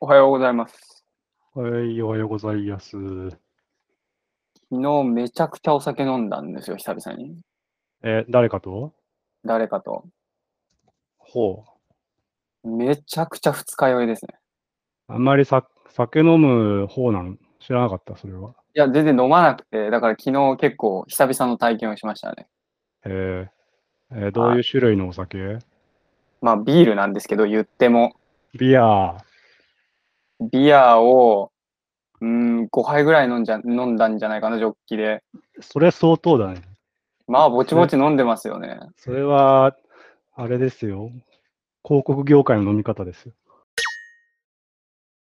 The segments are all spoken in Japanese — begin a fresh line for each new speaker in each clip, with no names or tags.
おはようございます。
はい、おはようございます。
昨日めちゃくちゃお酒飲んだんですよ、久々に。
え、誰かと
誰かと。
ほ
めちゃくちゃ二日酔いですね。
う。あんまりさ酒飲む方なの知らなかった、それは。
いや、全然飲まなくて、だから昨日結構久々の体験をしましたね。
えーえーどういう種類のお酒
まあビールなんですけど、言っても。
ビアー。
ビアを、うーん、5杯ぐらい飲んじゃ飲んだんじゃないかな、ジョッキで。
それ相当だね。
まあ、ぼちぼち飲んでますよね。
それは、あれですよ。広告業界の飲み方ですよ。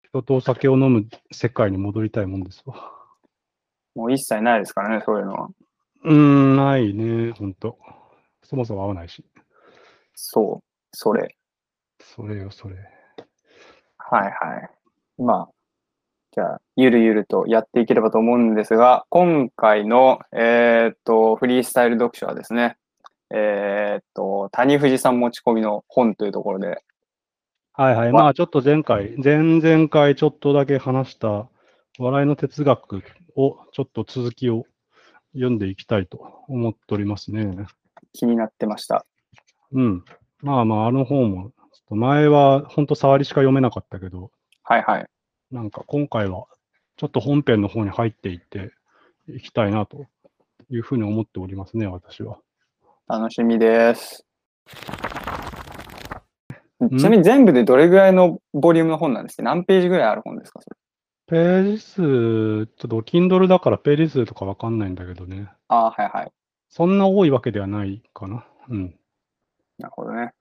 人とお酒を飲む世界に戻りたいもんですわ。
もう一切ないですからね、そういうのは。
うーん、ないね、ほんと。そもそも合わないし。
そう、それ。
それよ、それ。
はいはい。まあ、じゃあ、ゆるゆるとやっていければと思うんですが、今回の、えーっと、フリースタイル読書はですね、えーっと、谷藤さん持ち込みの本というところで、
はいはい。
わ
まあちょっと前回、前々回ちょっとだけ話した笑いの哲学をちょっと続きを読んでいきたいと思っておりますね。
気になってました。
うん。まあまああの本も、ちょっと前は本当触りしか読めなかったけど、
はいはい。
なんか今回はちょっと本編の方に入っていっていきたいなというふうに思っておりますね、私は。
楽しみです。
ん
ちなみに全部でどれぐらいのボリュームの本なんですか何ページぐらいある本ですかそれ
ページ数、ちょっと Kindle だからページ数とかわかんないんだけどね。
ああ、はいはい。
そんな多いわけではないかな。うん。
なるほどね。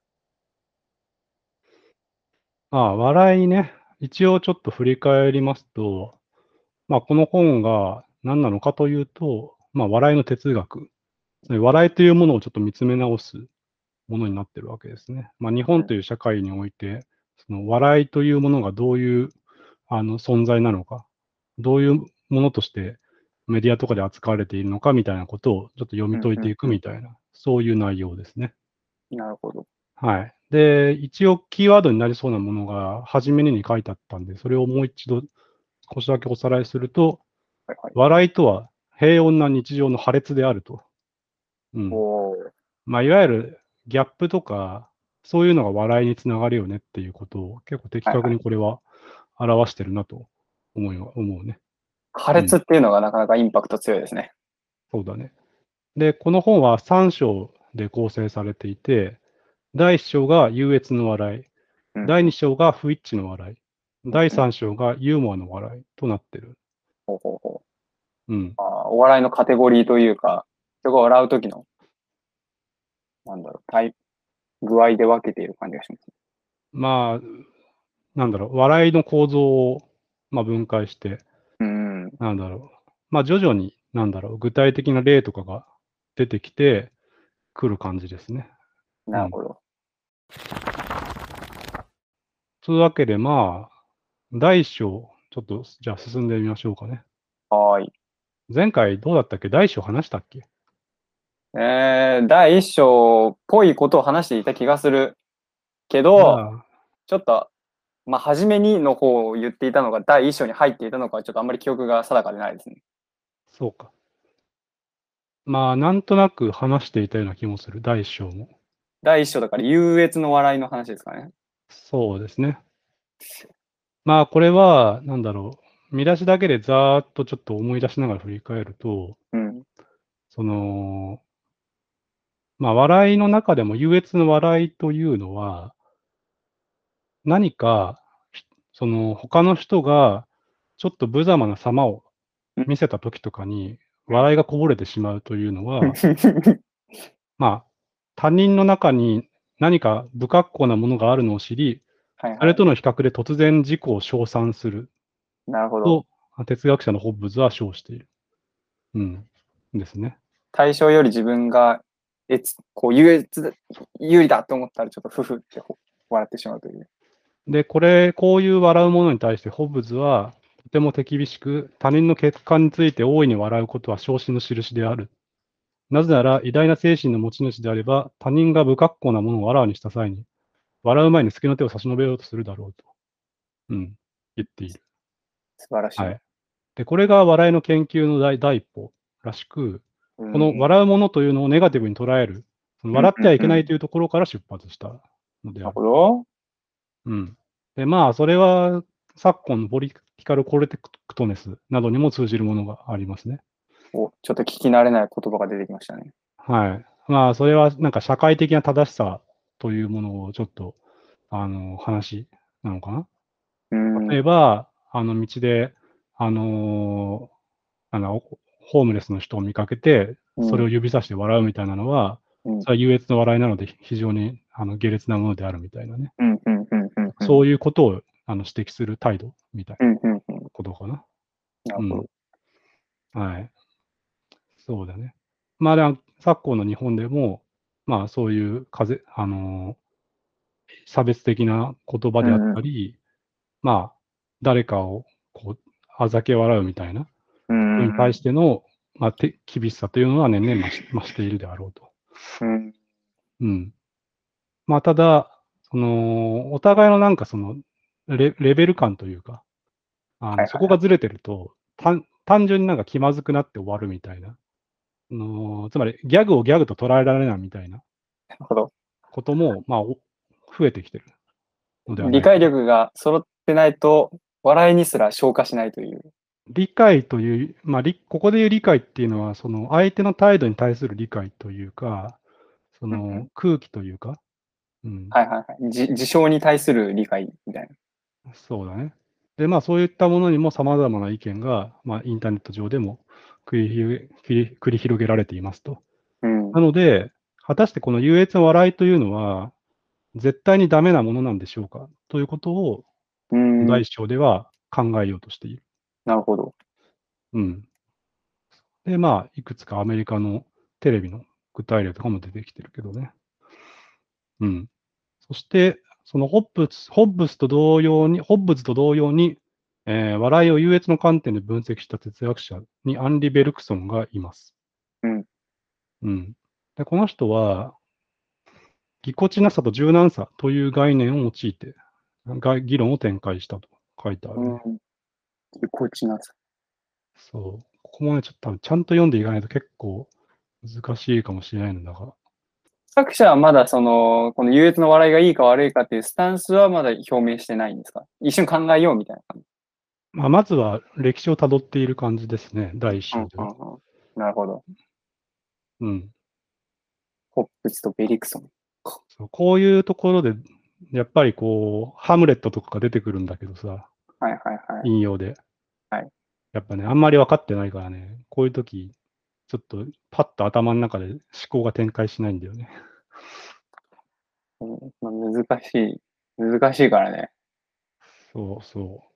まあ、笑いね。一応ちょっと振り返りますと、まあ、この本が何なのかというと、まあ、笑いの哲学。つまり笑いというものをちょっと見つめ直すものになってるわけですね。まあ、日本という社会において、その笑いというものがどういうあの存在なのか、どういうものとしてメディアとかで扱われているのかみたいなことをちょっと読み解いていくみたいな、そういう内容ですね。
なるほど。
はい。で、一応キーワードになりそうなものが初めに書いてあったんで、それをもう一度少しだけおさらいすると、
はいはい。
笑いとは平穏な日常の破裂であると。うん。
おー
まあ、いわゆるギャップとか、そういうのが笑いにつながるよねっていうことを結構的確にこれは表してるなと思いは思うね。
破裂っていうのがなかなかインパクト強いですね。
そうだね。で、この本は3章で構成されていて、第1章が優越の笑い、
うん
第2章が不一致の笑い、第3章がユーモアの笑いとなってる。
ほうほうほう。
うん。
まあ、お笑いのカテゴリーというか、人が笑う時の、なんだろう、タイ具合で分けている感じがします。
まあ、なんだろう、笑いの構造を、まあ、分解して、
うん。はい
なんだろう、まあ、徐々に、なんだろう、具体的な例とかが出てきてくる感じですね。
なるほど。
というわけで、まあ、第1章、ちょっと、じゃあ進んでみましょうかね。
はーい。
前回どうだったっけ第1章話したっけ
えー、第一章っぽいことを話していた気がするけど、
ああ
ちょっと、まあ、初めにの方を言っていたのが、第一章に入っていたのかは、ちょっとあんまり記憶が定かでないですね。
そうか。まあ、なんとなく話していたような気もする、第1章も。
第一章だから、優越の笑いの話ですかね。
そうですね。まあ、これは、なんだろう。見出しだけでざーっとちょっと思い出しながら振り返ると、
うん。
その、まあ、笑いの中でも優越の笑いというのは、何か、ひその、他の人が、ちょっと無様な様を見せた時とかに、笑いがこぼれてしまうというのは、 まあ、他人の中に何か不格好なものがあるのを知り、
はい
あ
は
れ
い。
との比較で突然自己を称賛する
なるほど。
と、哲学者のホッブズは称している。うん。ですね。
対象より自分がえつこう優越だ有利だと思ったらちょっとフフってほ笑ってしまうという。
で、これ、こういう笑うものに対してホッブズは、とても手厳しく、他人の欠陥について大いに笑うことは昇進の印である。なぜなら、偉大な精神の持ち主であれば、他人が不格好なものをあらわにした際に、笑う前に隙の手を差し伸べようとするだろうと。うん。言っている。
素晴らしい。
はい。で、これが笑いの研究の第第一歩らしく、
うん
この笑うものというのをネガティブに捉える、その笑ってはいけないというところから出発したので
な
あ
る
る。
ほど。
うん。で、まあ、それは昨今のポリティカルコレクトネスなどにも通じるものがありますね。
おちょっと聞き慣れない言葉が出てきましたね。
はい。まあ、それはなんか社会的な正しさというものをちょっと、あの、話なのかな。
うん。
例えば、あの道で、あのーなんだおホームレスの人を見かけて、それを指さして笑うみたいなのは、
うん
それは優越の笑いなので、非常にあの下劣なものであるみたいなね、
うん、うん、うん、うん。うん
そういうことをあの指摘する態度みたいな
うん、うん、うん。
ことかな。
なるほど。
はい。そうだね。まあ、でも昨今の日本でも、まあ、そういう風、あのー差別的な言葉であったり、まあ、誰かをこう、あざけ笑うみたいな、
うん。
に対しての、まあ、て厳しさというのは年々増し増しているであろうと。
うん。
うん。まあ、ただ、その、お互いのなんかそのレ、レベル感というか、あ
いはいは
の
い
そこがずれてると、単単純になんか気まずくなって終わるみたいな。あのつまり、ギャグをギャグと捉えられないみたいな
なるほど。
ことも、まあ、お増えてきてるのではな
理
いか
解力が揃ってないと、笑いにすら消化しないという。
理解という、まあ、りここでいう理解っていうのは、その相手の態度に対する理解というか、
う
そ
んうん
の空気というか、うん、
はいはいはい。じ事象に対する理解みたい
そうだね。で、まあ、そういったものにも様々な意見が、まあ、インターネット上でも繰り広げ繰り繰り広げられていますと。
な。うん。
なので、果たしてこの優越の笑いというのは、絶対にダメなものなんでしょうかということを、
うん。
第一章では考えようとしている。
なるほど。
うん。で、まあ、いくつかアメリカのテレビの具体例とかも出てきてるけどね。うん。そして、そのホッブス、ホッブスと同様に、ホッブスと同様に、えー笑いを優越の観点で分析した哲学者にアンリ・ベルクソンがいます。
うん。
うん。で、この人は、ぎこちなさと柔軟さという概念を用いて、が議論を展開したと書いてあるね。
うん。ぎこちなさ。
そう。ここもね、ちょっと多分ちゃんと読んでいかないと結構難しいかもしれないのだが。
作者はまだその、この優越の笑いがいいか悪いかっていうスタンスはまだ表明してないんですか一瞬考えようみたいな感じ。
まあ、まずは歴史をたどっている感じですね、第一章では。
うんうんうんなるほど。
うん。
ホップスとベリクソン。
そうこういうところで、やっぱりこう、ハムレットとかが出てくるんだけどさ、
はいはいはい。
引用で。
はい。
やっぱね、あんまり分かってないからね、こういう時、ちょっとパッと頭の中で思考が展開しないんだよね。
うんまあ、難しい。難しいからね。
そうそう。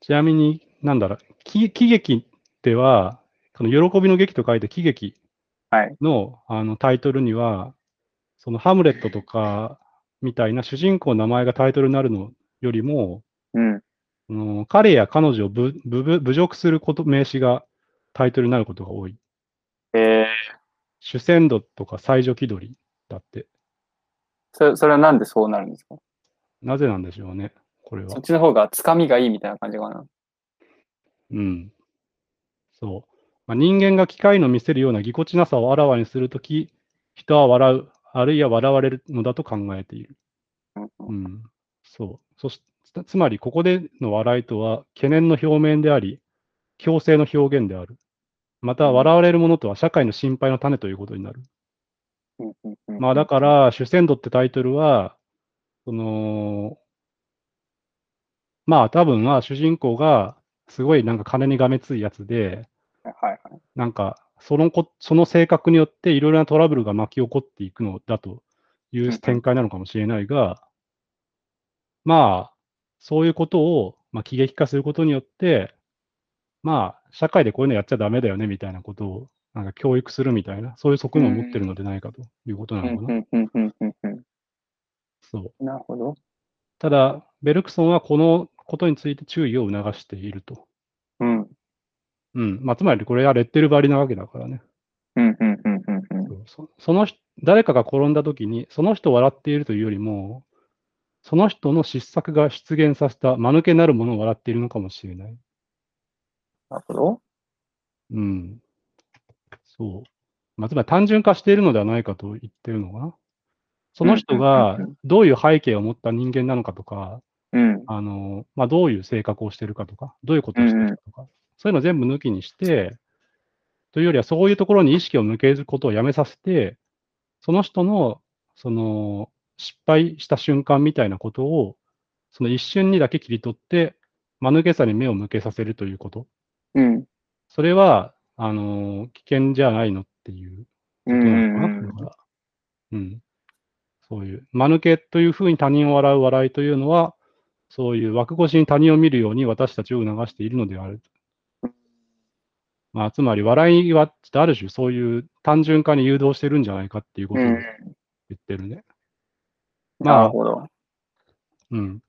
ちなみに、なんだろう、喜喜劇では、その喜びの劇と書いて喜劇
はい
の,、あのタイトルには、そのハムレットとかみたいな主人公の名前がタイトルになるのよりも、
うん。
その彼や彼女をぶぶぶ侮辱すること名詞がタイトルになることが多い。
えー、
主戦度とか最上気取りだって。
そそれはなんでそうなるんですか
なぜなんでしょうね、これは
そっ。ちの方がつかみがいいみたいな感じかな。
うん。そう。まあ、人間が機械の見せるようなぎこちなさをあらわにするとき、人は笑う、あるいは笑われるのだと考えている。
うんうん
うん。そう。そしつつまり、ここでの笑いとは、懸念の表面であり、強制の表現である。また、笑われるものとは社会の心配の種ということになる。
うんうんうん
まあだから、主戦度ってタイトルは、その、まあ多分は主人公がすごいなんか金にがめついやつで、
はいはい。
なんかそのこ、その性格によっていろいろなトラブルが巻き起こっていくのだとい
んうん
う展開なのかもしれないが、まあ、そういうことを、まあ、喜劇化することによって、まあ、社会でこういうのやっちゃダメだよねみたいなことを、なんか教育するみたいな、そういう側面を持ってるのでないかということな
う
の
ん
か
う
な。
んうんうんうんう。
そうん
なるほど。
ただ、ベルクソンはこのことについて注意を促していると。
うん。うん
うん。まあ、つまりこれはレッテル張りなわけだからね。
うんうんうんうん。
そうそその人誰かが転んだときに、その人を笑っているというよりも、その人の失策が出現させた間抜けなるものを笑っているのかもしれない。
なるほど。
うん。そう。まあ、つまり単純化しているのではないかと言ってるのかな。その人が
うんうんうん
どういう背景を持った人間なのかとか、
うん。
あの、まあ、どういう性格をしてるかとか、どういうことをしてるかとか、そういうの全部抜きにして、というよりはそういうところに意識を向けることをやめさせて、その人の、その、失敗した瞬間みたいなことを、その一瞬にだけ切り取って、間抜けさに目を向けさせるということ。
うん。
それは、あの、危険じゃないのっていう
う
こと
ん。
なのかな、だから。うん。そういう、間抜けというふうに他人を笑う笑いというのは、そういう枠越しに他人を見るように私たちを促しているのである。まあ、つまり笑いは、ちょっとある種そういう単純化に誘導してるんじゃないかっていうことを
う
言
ん
ってるね。まあ
なるほど。
うん。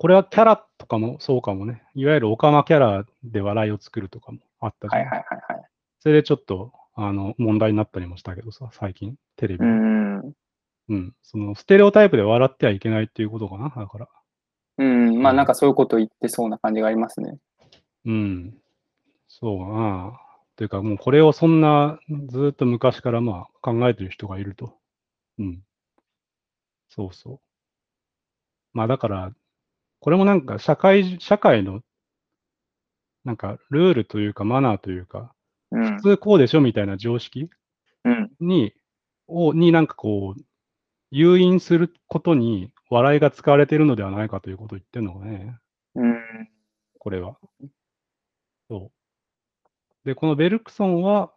これはキャラとかもそうかもね。いわゆるオカマキャラで笑いを作るとかもあったじゃ
は
ん
いはいはいはい。
それでちょっと、あの、問題になったりもしたけどさ、最近、テレ
う
ビで。
ん。
うん。その、ステレオタイプで笑ってはいけないっていうことかな、だから。
うん。まあなんかそういうこと言ってそうな感じがありますね。
うん。そうかな。というか、もうこれをそんな、ずーっと昔からまあ考えてる人がいると。うん。そうそう。まあだから、これもなんか社会、社会の、なんかルールというかマナーというか、
うん
普。通こうでしょみたいな常識
うん。
に、を、になんかこう、誘引することに笑いが使われているのではないかということを言ってるのかね、
うん。
これは。そう。で、このベルクソンは、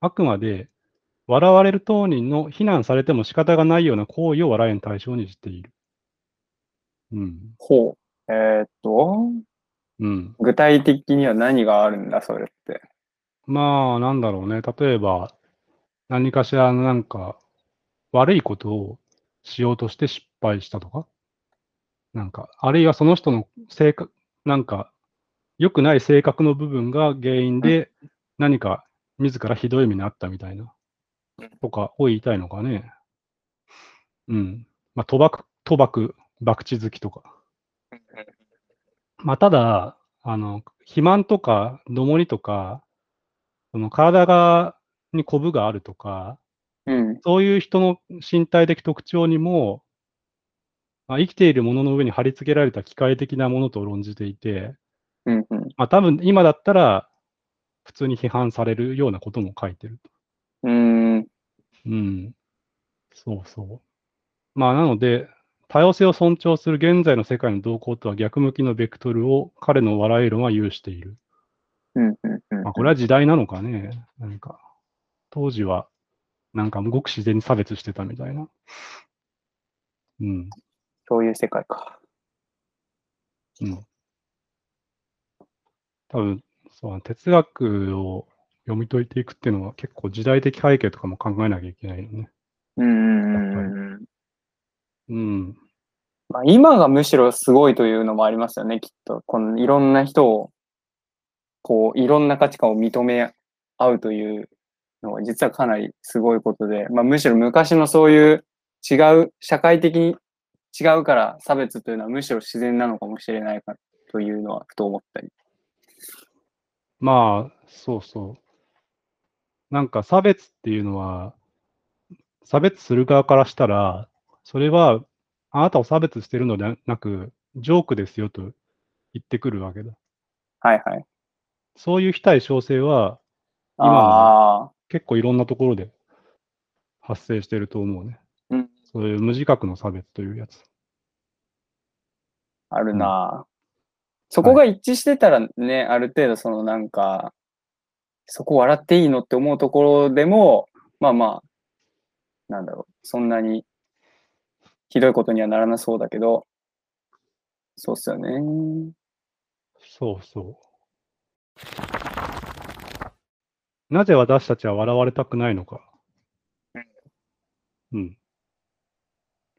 あくまで、笑われる当人の非難されても仕方がないような行為を笑いの対象にしている。うん。
ほう。えーっと、
うん。
具体的には何があるんだ、それって。
まあ、なんだろうね。例えば、何かしらのなんか、悪いことをしようとして失敗したとか、なんか、あるいはその人の性格、なんか、良くない性格の部分が原因で、何か自らひどい目にあったみたいな
うん、
とかを言いたいのかね。うん。まあ、賭博、賭博、博打好きとか。まあ、ただ、あの、肥満とか、どもりとか、その体が、にコブがあるとか、
うん。
そういう人の身体的特徴にも、まあ、生きているものの上に貼り付けられた機械的なものと論じていて、
うん。うん。
まあ、多分今だったら、普通に批判されるようなことも書いてると。
うん。
うん。そうそう。まあ、なので、多様性を尊重する現在の世界の動向とは逆向きのベクトルを彼の笑い論は有している。
うん。うん
まあ、これは時代なのかね。なんか、当時は、なんかごく自然に差別してたみたいな。うん。
そういう世界か。
うん。多分、そう、哲学を読み解いていくっていうのは結構時代的背景とかも考えなきゃいけないのね。
うん。
やっ
うん。
うん。
まあ、今がむしろすごいというのもありますよね、きっと。このいろんな人を、こう、いろんな価値観を認め合うというのは、実はかなりすごいことで、まあ、むしろ昔のそういう違う、社会的に違うから差別というのはむしろ自然なのかもしれないかというのは、ふと思ったり。
まあ、そうそう。なんか差別っていうのは、差別する側からしたら、それはあなたを差別してるのではなく、ジョークですよと言ってくるわけだ。
はいはい。
そういう非対称性は今の
ああ、
結構いろんなところで発生してると思うね。
うん
そういう無自覚の差別というやつ。
あるなあ、そこが一致してたらね、ある程度そのなんか、そこ笑っていいのって思うところでも、まあまあ、なんだろう、そんなにひどいことにはならなそうだけど、そうっすよね。
そうそう。なぜ私たちは笑われたくないのか。うん。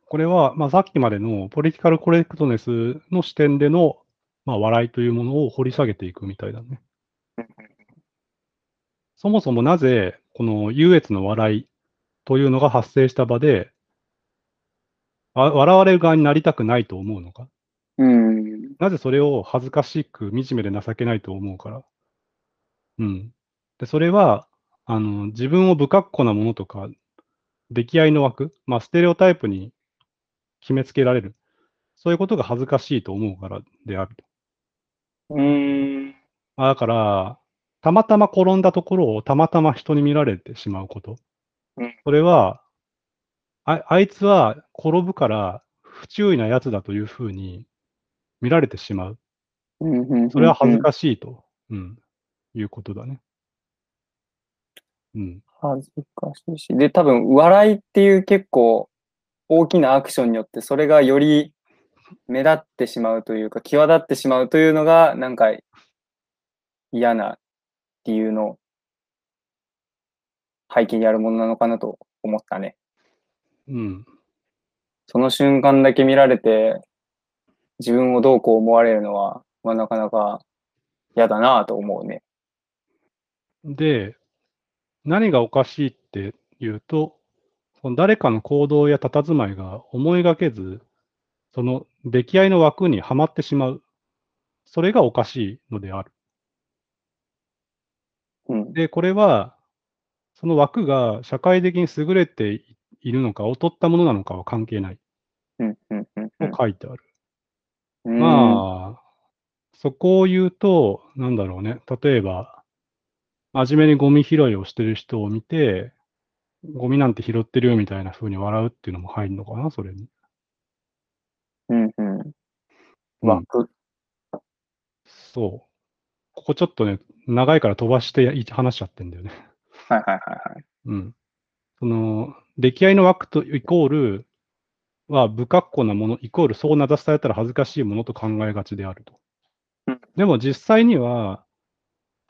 これは、まあ、さっきまでのポリティカルコレクトネスの視点での、まあ、笑いというものを掘り下げていくみたいだね。そもそもなぜ、この優越の笑いというのが発生した場で、わ笑われる側になりたくないと思うのか
うん。
なぜそれを恥ずかしく、惨めで情けないと思うから。うん。で、それは、あの、自分を不格好なものとか、出来合いの枠、まあ、ステレオタイプに決めつけられる。そういうことが恥ずかしいと思うからであると。
うん。
まあだから、たまたま転んだところをたまたま人に見られてしまうこと
うん。
それは、ああいつは転ぶから不注意なやつだというふうに見られてしまう。
うん。
それは恥ずかしいと、うん、いうことだね。うん。
恥ずかしいし。で、多分、笑いっていう結構大きなアクションによって、それがより目立ってしまうというか、際立ってしまうというのが、なんか嫌な理由の背景にあるものなのかなと思ったね。
うん。
その瞬間だけ見られて、自分をどうこう思われるのは、まあ、なかなか嫌だなぁと思うね。
で、何がおかしいっていうと、その誰かの行動や佇まいが思いがけず、その出来合いの枠にはまってしまう。それがおかしいのである。
うん。
で、これは、その枠が社会的に優れていいるのか、劣ったものなのかは関係ない
うん。うん。うん
と書いてある。
うん。
まあ、そこを言うと、なんだろうね、例えば、真面目にゴミ拾いをしてる人を見て、ゴミなんて拾ってるよみたいな風に笑うっていうのも入るのかな、それに。
うん。うん。
うん
枠。
そう。ここちょっとね、長いから飛ばしてい話しちゃってんだよね。
はいはいはいはい。
うん。その、出来合いの枠とイコールは、不格好なもの、イコールそう名指されたら恥ずかしいものと考えがちであると
うん。
でも実際には、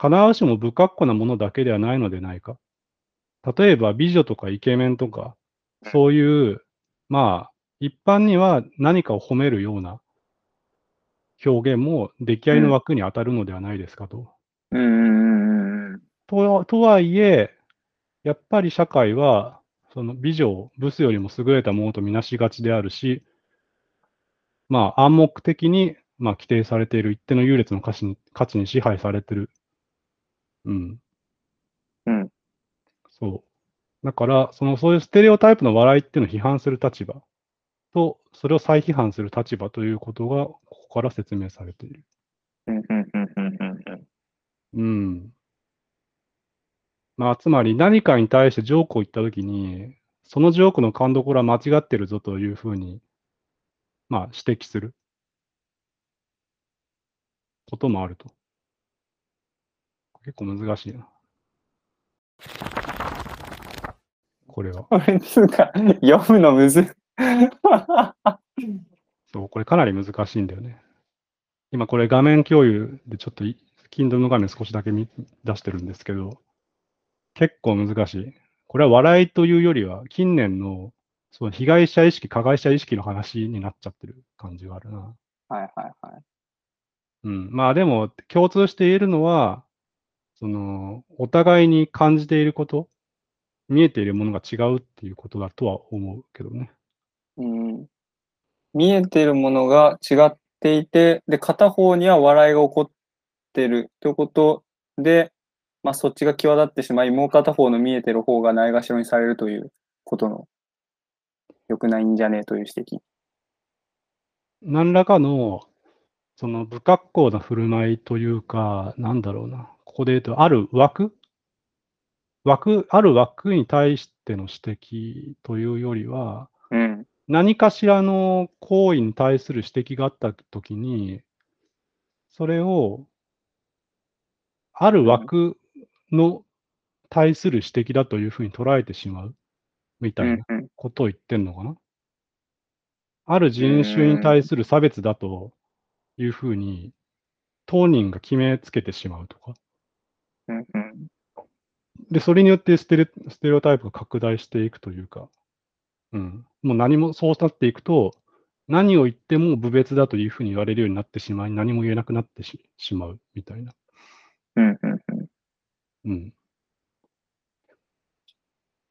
必ずしも不格好なものだけではないのでないか。例えば、美女とかイケメンとか、そういう、まあ、一般には何かを褒めるような表現も出来合いの枠に当たるのではないですかと。
うんうんうん
とはとはいえ、やっぱり社会は、その美女をブスよりも優れたものとみなしがちであるし、まあ暗黙的に、まあ、規定されている一定の優劣の価値に価値に支配されてる。うん。
うん。
そう。だから、そのそういうステレオタイプの笑いっていうのを批判する立場と、それを再批判する立場ということが、ここから説明されている。
うんうんうんうんうんうん
うん。まあ、つまり何かに対してジョークを言ったときに、そのジョークの勘どころは間違ってるぞというふうに、まあ、指摘することもあると。結構難しいな。これは。
これつうか読むのむずい
そう、これかなり難しいんだよね。今これ画面共有でちょっとい Kindle の画面少しだけ見出してるんですけど、結構難しい。これは笑いというよりは、近年のその被害者意識、加害者意識の話になっちゃってる感じがあるな。
はいはいはい。
うん。まあでも、共通して言えるのは、その、お互いに感じていること、見えているものが違うっていうことだとは思うけどね。
うん、見えてるものが違っていて、で、片方には笑いが起こってるということで、まあそっちが際立ってしまい、もう片方の見えてる方がないがしろにされるということの、良くないんじゃねえという指摘。
何らかの、その不格好な振る舞いというか、なんだろうな、ここで言うと、ある枠枠、ある枠に対しての指摘というよりは、
うん。
何かしらの行為に対する指摘があったときに、それを、ある枠の対する指摘だというふうに捉えてしまうみた
う
いなん
うん
ことを言ってんのかなある人種に対する差別だというふうに、当人が決めつけてしまうとか。
うんうん
で、それによってステレステレオタイプが拡大していくというか、うん。もう何も、そうなっていくと、何を言っても無別だというふうに言われるようになってしまい、何も言えなくなってししまうみたいな。
うんうんうん
うん。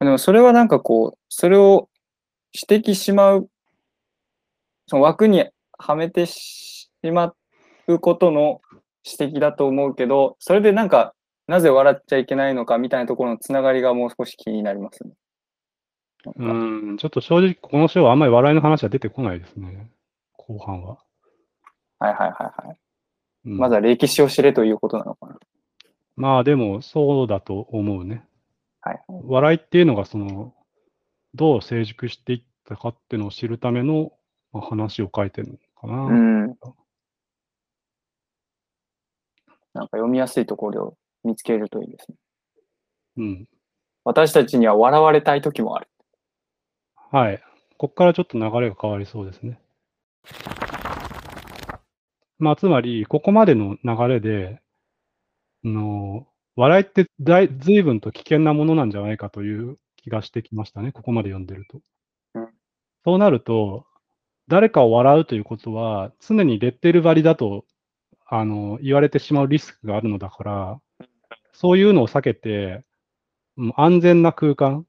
でもそれはなんかこう、それを指摘しまうその枠にはめてしまうことの指摘だと思うけど、それでなんか、なぜ笑っちゃいけないのかみたいなところのつながりがもう少し気になりますね。なんか
うん、ちょっと正直この章はあんまり笑いの話は出てこないですね。後半は。
はいはいはいはい。
うん
まずは歴史を知れということなのかな。
まあでもそうだと思うね。
はいはい。
笑いっていうのがその、どう成熟していったかっていうのを知るためのまあ話を書いてるのかな。
うん。なんか読みやすいところを見つけるといいですね。
うん。
私たちには笑われたい時もある。
はい。ここからちょっと流れが変わりそうですね。まあ、つまり、ここまでの流れで、あの笑いってだい随分と危険なものなんじゃないかという気がしてきましたね、ここまで読んでると
うん。
そうなると、誰かを笑うということは、常にレッテル張りだとあの言われてしまうリスクがあるのだから、そういうのを避けて、うん安全な空間、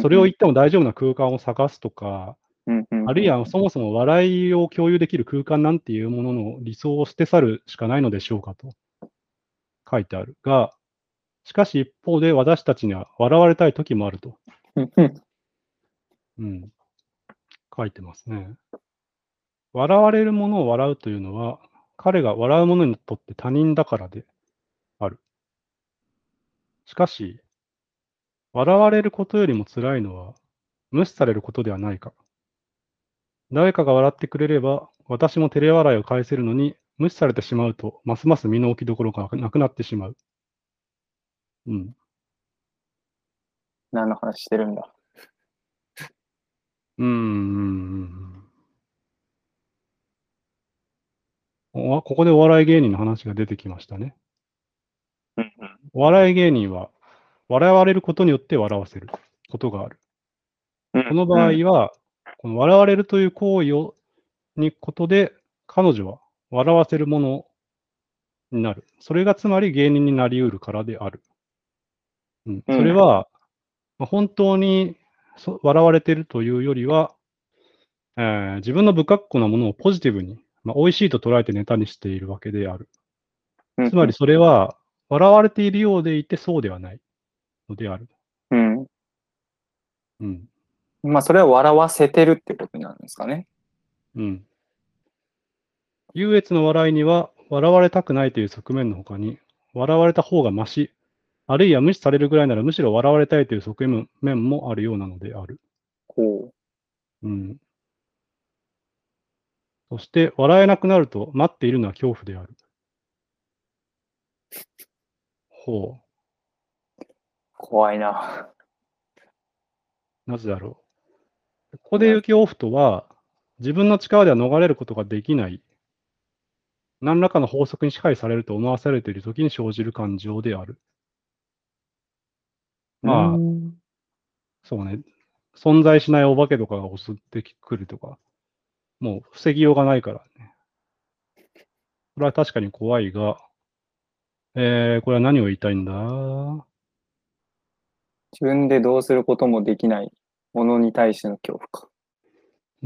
それを言っても大丈夫な空間を探すとか、
うんうん
あるいはそもそも笑いを共有できる空間なんていうものの理想を捨て去るしかないのでしょうかと書いてあるが、しかし一方で私たちには笑われたい時もあると、
うんうん
うん、書いてますね。笑われるものを笑うというのは、彼が笑うものにとって他人だからである。しかし、笑われることよりも辛いのは、無視されることではないか。誰かが笑ってくれれば、私も照れ笑いを返せるのに、無視されてしまうと、ますます身の置きどころがなくなってしまう。うん。
何の話してるんだ。
うーん。おわここでお笑い芸人の話が出てきましたね。
うん
お笑い芸人は、笑われることによって笑わせることがある。
うん
この場合は、この笑われるという行為を、にことで、彼女は笑わせるものになる。それがつまり芸人になり得るからである。うん、
うん
それは、まあ本当にそ笑われているというよりは、えー自分の不格好なものをポジティブに、まあ、美味しいと捉えてネタにしているわけである。
うん
つまり、それは、笑われているようでいてそうではないのである。
うん。
うん。
まあ、それは笑わせてるってことになるんですかね。
うん。優越の笑いには、笑われたくないという側面の他に、笑われた方がマシ、あるいは無視されるぐらいならむしろ笑われたいという側面もあるようなのである。
こ
うん。そして、笑えなくなると、待っているのは恐怖である。ほ
う、怖いな。
う。なぜだろう。ここで言う恐怖とは、自分の力では逃れることができない、何らかの法則に支配されると思わされている時に生じる感情である。まあ
うん
そうね。存在しないお化けとかが襲ってくるとか、もう防ぎようがないからね。これは確かに怖いが、えー、これは何を言いたいんだ
自分でどうすることもできないものに対しての恐怖か。
うん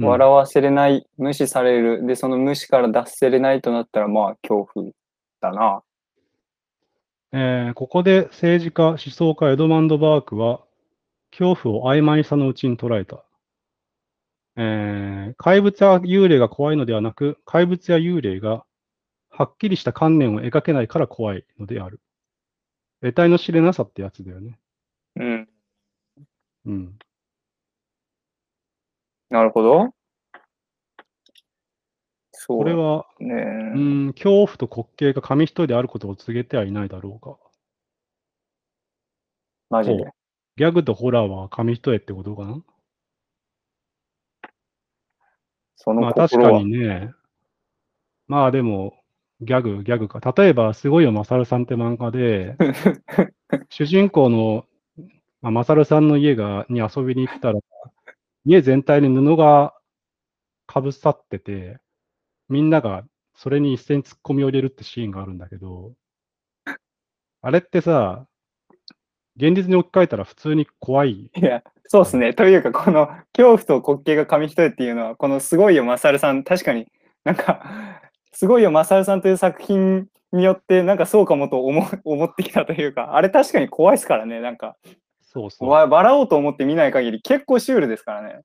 笑わせれない、無視される、で、その無視から脱せれないとなったら、まあ、恐怖だな。
えーここで政治家、思想家、エドマンド・バークは、恐怖を曖昧さのうちに捉えた。えー怪物や幽霊が怖いのではなく、怪物や幽霊がはっきりした観念を描けないから怖いのである。得体の知れなさってやつだよね。
うん。
うん。
なるほど。そう。
これは、
ね
う
え
ーん、恐怖と滑稽が紙一重であることを告げてはいないだろうか。
マジ
そ
で
う。ギャグとホラーは紙一重ってことかな
そ
ま
の
あ確
心
か
は、
にね。まあでも、ギャグ、ギャグか。例えば、すごいよ、マサルさんって漫画 で、主人公の、まあ、マサルさんの家がに遊びに行ったら、家全体に布がかぶさってて、みんながそれに一斉に突っ込みを入れるってシーンがあるんだけど、あれってさ、現実に置き換えたら普通に怖い
いや、そうですね。というか、この恐怖と滑稽が紙一重っていうのは、このすごいよ、マサルさん、確かになんか、すごいよ、マサルさんという作品によって、なんかそうかもと思う思ってきたというか、あれ確かに怖いですからね、なんか、
そうそう。
わ笑おうと思って見ない限り、結構シュールですからね。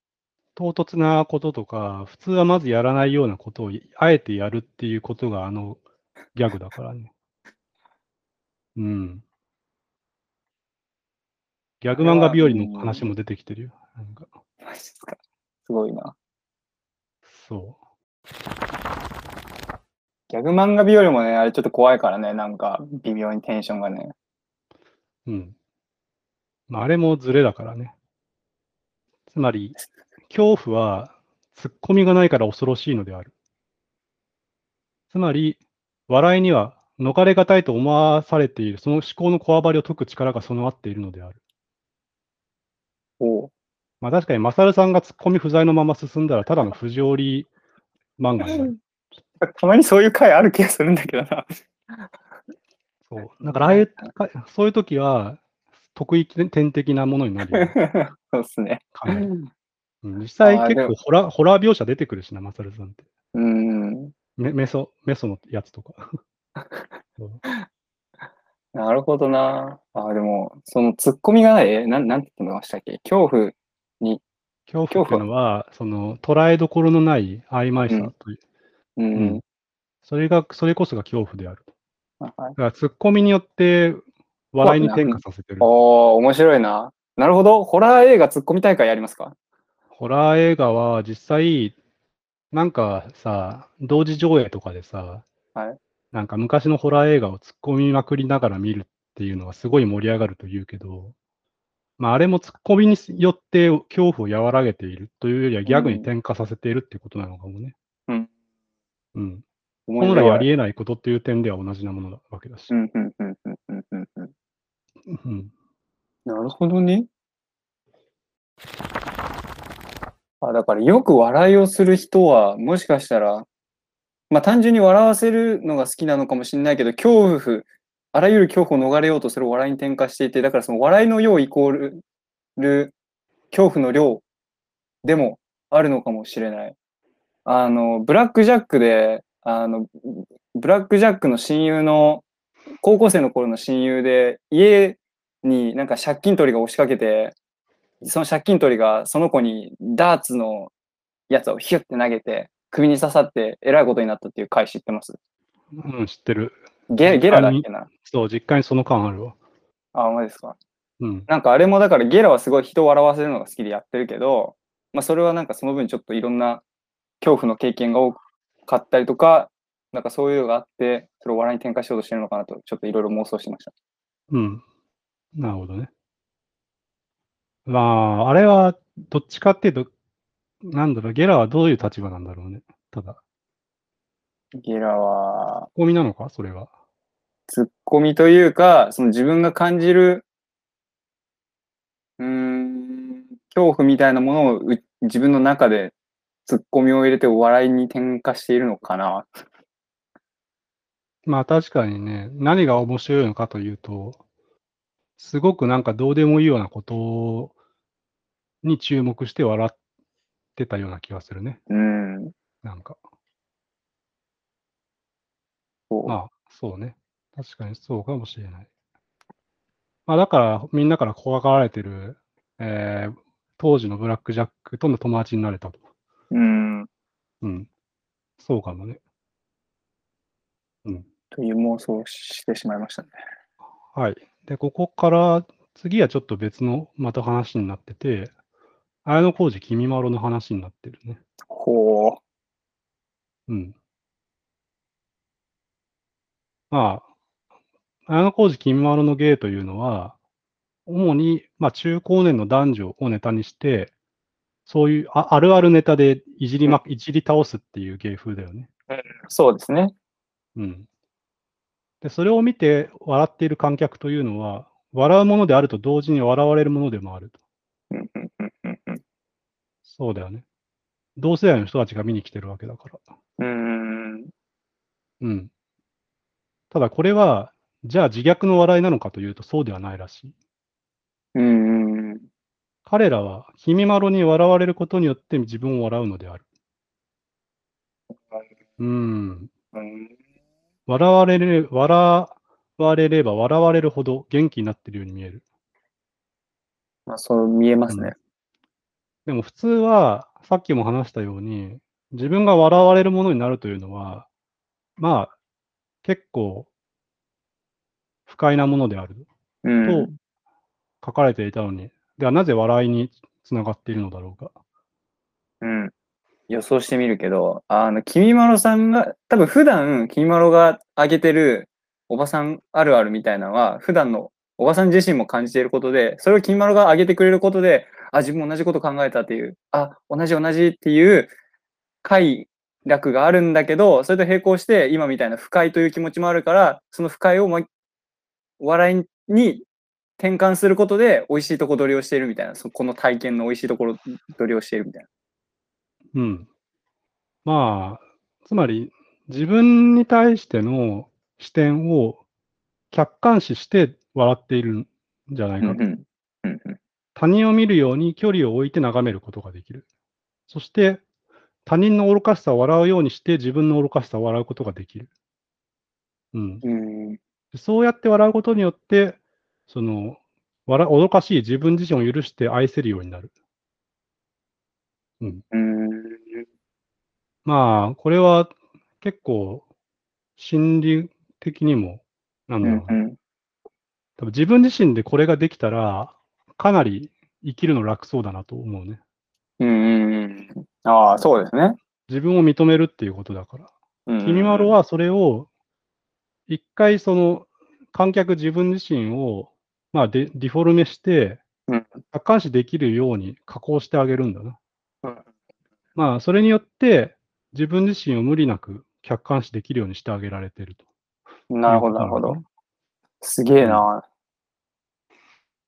唐突なこととか、普通はまずやらないようなことを、あえてやるっていうことが、あの、ギャグだからね。うん。ギャグ漫画日和の話も出てきてるよ。なんか、
マジですか。すごいな。
そ
ギャグ漫画日和もね、あれちょっと怖いからね、なんか、微妙にテンションがね。
う。うん。まあ、あれもズレだからね。つまり、恐怖は、ツッコミがないから恐ろしいのである。つまり、笑いには逃れがたいと思わされている、その思考のこわばりを解く力が備わっているのである。
おう
まあ確かに、マサルさんがツッコミ不在のまま進んだら、ただの不条理漫画になる。
たまにそういう回ある気がするんだけどな。
そう。だから、ああいう、そういう時は、得意点的なものになるよね、
そうですね。
かなりうん実
あ
際
ー
結
でも
構ホラーホラー描写出てくるしな、マサルさんって。
うん。
メメソ、メソのやつとか。そう
なるほどな。あ、でも、その突っ込みがない、え、なん、なんて言ってましたっけ恐怖。
恐怖っていうのは、その、捉えどころのない曖昧さという、
うん。
うんそれが、それこそが恐怖である。
はい
だから、ツッコミによって、笑いに転化させてる。
おー、面白いな。なるほど。ホラー映画突っ込み大会やりますか
ホラー映画は実際、なんかさ、同時上映とかでさ、
はい
なんか昔のホラー映画を突っ込みまくりながら見るっていうのはすごい盛り上がるというけど、まあ、あれも突っ込みによって恐怖を和らげているというよりはギャグに転化させているっていうことなのかもね。
うん。
うん。
面
本
白い
来ありえないことっていう点では同じなものなわけだし。
うん、うん、うん、うん、うん、うんうん。
うん。
なるほどね。あ、だからよく笑いをする人は、もしかしたら、まあ単純に笑わせるのが好きなのかもしれないけど、恐怖、あらゆる恐怖を逃れようとする笑いに転化していて、だからその笑いの量イコール、る恐怖の量でもあるのかもしれない。あの、ブラックジャックで、あの、ブラックジャックの親友の、高校生の頃の親友で、家になんか借金取りが押しかけて、その借金取りがその子にダーツのやつをヒュッて投げて、首に刺さってえらいことになったっていう回知ってます
うん、知ってる。
ゲゲラだっけな
そう、実家にその感あるわ。
あ、マジですか。
うん。
なんかあれもだからゲラはすごい人を笑わせるのが好きでやってるけど、まあそれはなんかその分ちょっといろんな恐怖の経験が多かったりとか、なんかそういうのがあって、それを笑いに転化しようとしてるのかなと、ちょっといろいろ妄想してました。
うん。なるほどね。まあ、あれは、どっちかっていうと、なんだろう、ゲラはどういう立場なんだろうね。ただ、
ゲラは、
ツッコミなのかそれは。
ツッコミというか、その自分が感じる、うーん、恐怖みたいなものをう自分の中でツッコミを入れてお笑いに転化しているのかな。
まあ確かにね、何が面白いのかというと、すごくなんかどうでもいいようなことに注目して笑ってたような気がするね。
うん。
なんか。
そう
まあ、そうね。確かにそうかもしれない。まあ、だから、みんなから怖がられてる、えー当時のブラック・ジャックとの友達になれたと。
うん。
うん。そうかもね。うん。
という妄想をしてしまいましたね。
はい。で、ここから、次はちょっと別の、また話になってて、綾小路君まろの話になってるね。
ほう。
うん。まあ、綾小路きみまろの芸というのは、主に、まあ、中高年の男女をネタにして、そういうああるあるネタでいじりま、いじり倒すっていう芸風だよね。
そうですね。
うん。で、それを見て笑っている観客というのは、笑うものであると同時に笑われるものでもあると。
うんうんうんうんうん
そうだよね。同世代の人たちが見に来てるわけだから。
うん。
うん。ただこれは、じゃあ自虐の笑いなのかというとそうではないらしい。
うんうんうん。
彼らは、ひみまろに笑われることによって自分を笑うのである。うん。
うん
笑われれ、笑われれば笑われるほど元気になってるように見える。
まあ、そう見えますね。
でも普通は、さっきも話したように、自分が笑われるものになるというのは、まあ、結構、不快なものである
うん。
と書かれていたのに、ではなぜ笑いにつながっているのだろうか。
うん。予想してみるけど、あの、きみまろさんが、多分普段、きみまろが挙げてるおばさんあるあるみたいなのは、普段のおばさん自身も感じていることで、それをきみまろが挙げてくれることで、あ、自分も同じこと考えたっていう、あ、同じ同じっていう快楽があるんだけど、それと並行して、今みたいな不快という気持ちもあるから、その不快をもう一笑いに転換することで、美味しいとこ取りをしているみたいな、そこの体験の美味しいところ取りをしているみたいな。
うん。まあ、つまり、自分に対しての視点を客観視して笑っているんじゃないかと。
うんうんうん
他人を見るように距離を置いて眺めることができる。そして、他人の愚かしさを笑うようにして自分の愚かしさを笑うことができる。うん。
うんうん
でそうやって笑うことによって、その、笑う愚かしい自分自身を許して愛せるようになる。
うん
まあ、これは結構、心理的にも、なんだろうな、
うん
多分自分自身でこれができたら、かなり生きるの楽そうだなと思うね。
うんうんああ、そうですね。
自分を認めるっていうことだから。
うん
きみまろはそれを、一回その観客自分自身を、まあデ、ディフォルメして
うん、
客観視できるように加工してあげるんだな。
うん
まあ、それによって、自分自身を無理なく客観視できるようにしてあげられてると。
なるほど、なるほど。。すげえな。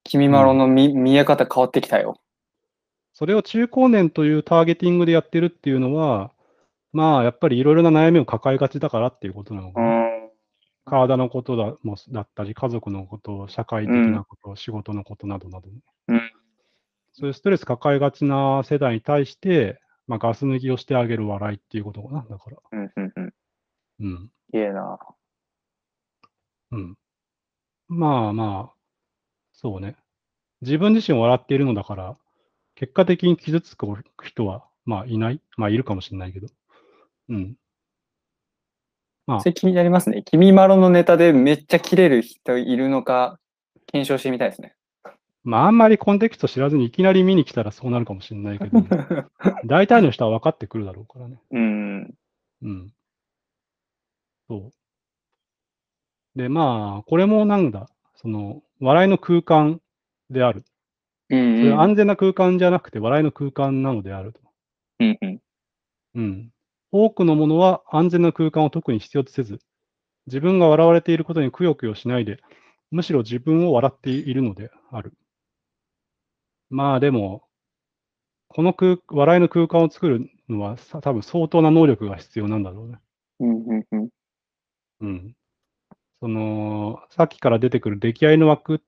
きみまろの見見え方変わってきたよ。
それを中高年というターゲティングでやってるっていうのは、まあ、やっぱりいろいろな悩みを抱えがちだからっていうことなのか
う
な。
ん
体のことだもだったり、家族のこと、社会的なこと、仕事のことなどなど、
うん
そういうストレス抱えがちな世代に対して、まあ、ガス抜きをしてあげる笑いっていうことかな、だから。
うんうんうん。
うん。
すげえな。
うん。まあまあ、そうね。自分自身を笑っているのだから、結果的に傷つく人は、まあいない。まあいるかもしれないけど。うん。あ
それ気になりますね。きみまろのネタでめっちゃ切れる人いるのか、検証してみたいですね。
まああんまりコンテクスト知らずにいきなり見に来たらそうなるかもしれないけど、 大体の人は分かってくるだろうからね。
うん。
うん。そう。で、まあ、これもなんだ、その、笑いの空間である。
うん
それは安全な空間じゃなくて、笑いの空間なのであると。
うんうん。
うん。多くのものは安全な空間を特に必要とせず、自分が笑われていることにくよくよしないで、むしろ自分を笑っているのである。まあでも、この空笑いの空間を作るのはさ多分相当な能力が必要なんだろうね。
うんうんうん。
うん。その、さっきから出てくる出来合いの枠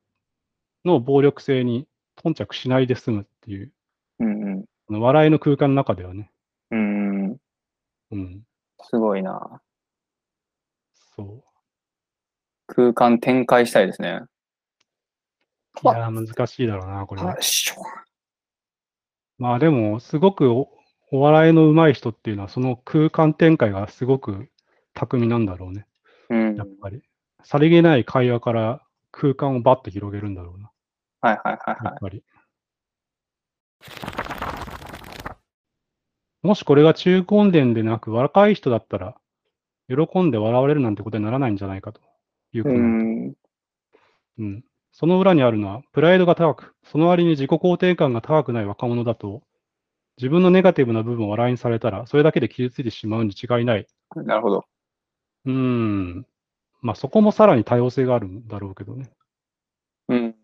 の暴力性に頓着しないで済むっていう、
うんうん
あの笑いの空間の中ではね。
うんうん。
うん。
すごいな。
そ
空間展開したいですね。
う。いやー、難しいだろうな、これは。
しょ。
まあでも、すごくお、お笑いの上手い人っていうのは、その空間展開がすごく巧みなんだろうね。
うん。
や
は
っ
い
ぱり。さりげない会話から空間をバッと広げるんだろうな。
はいはい
や
は
っ
い。
ぱり。もしこれが中高年でなく若い人だったら、喜んで笑われるなんてことにならないんじゃないかということ
う
なんだ
ん。
うん。その裏にあるのは、プライドが高く、その割に自己肯定感が高くない若者だと、自分のネガティブな部分を笑いにされたら、それだけで傷ついてしまうに違いない。
なるほど。
うん。まあそこもさらに多様性があるんだろうけどね。
うん。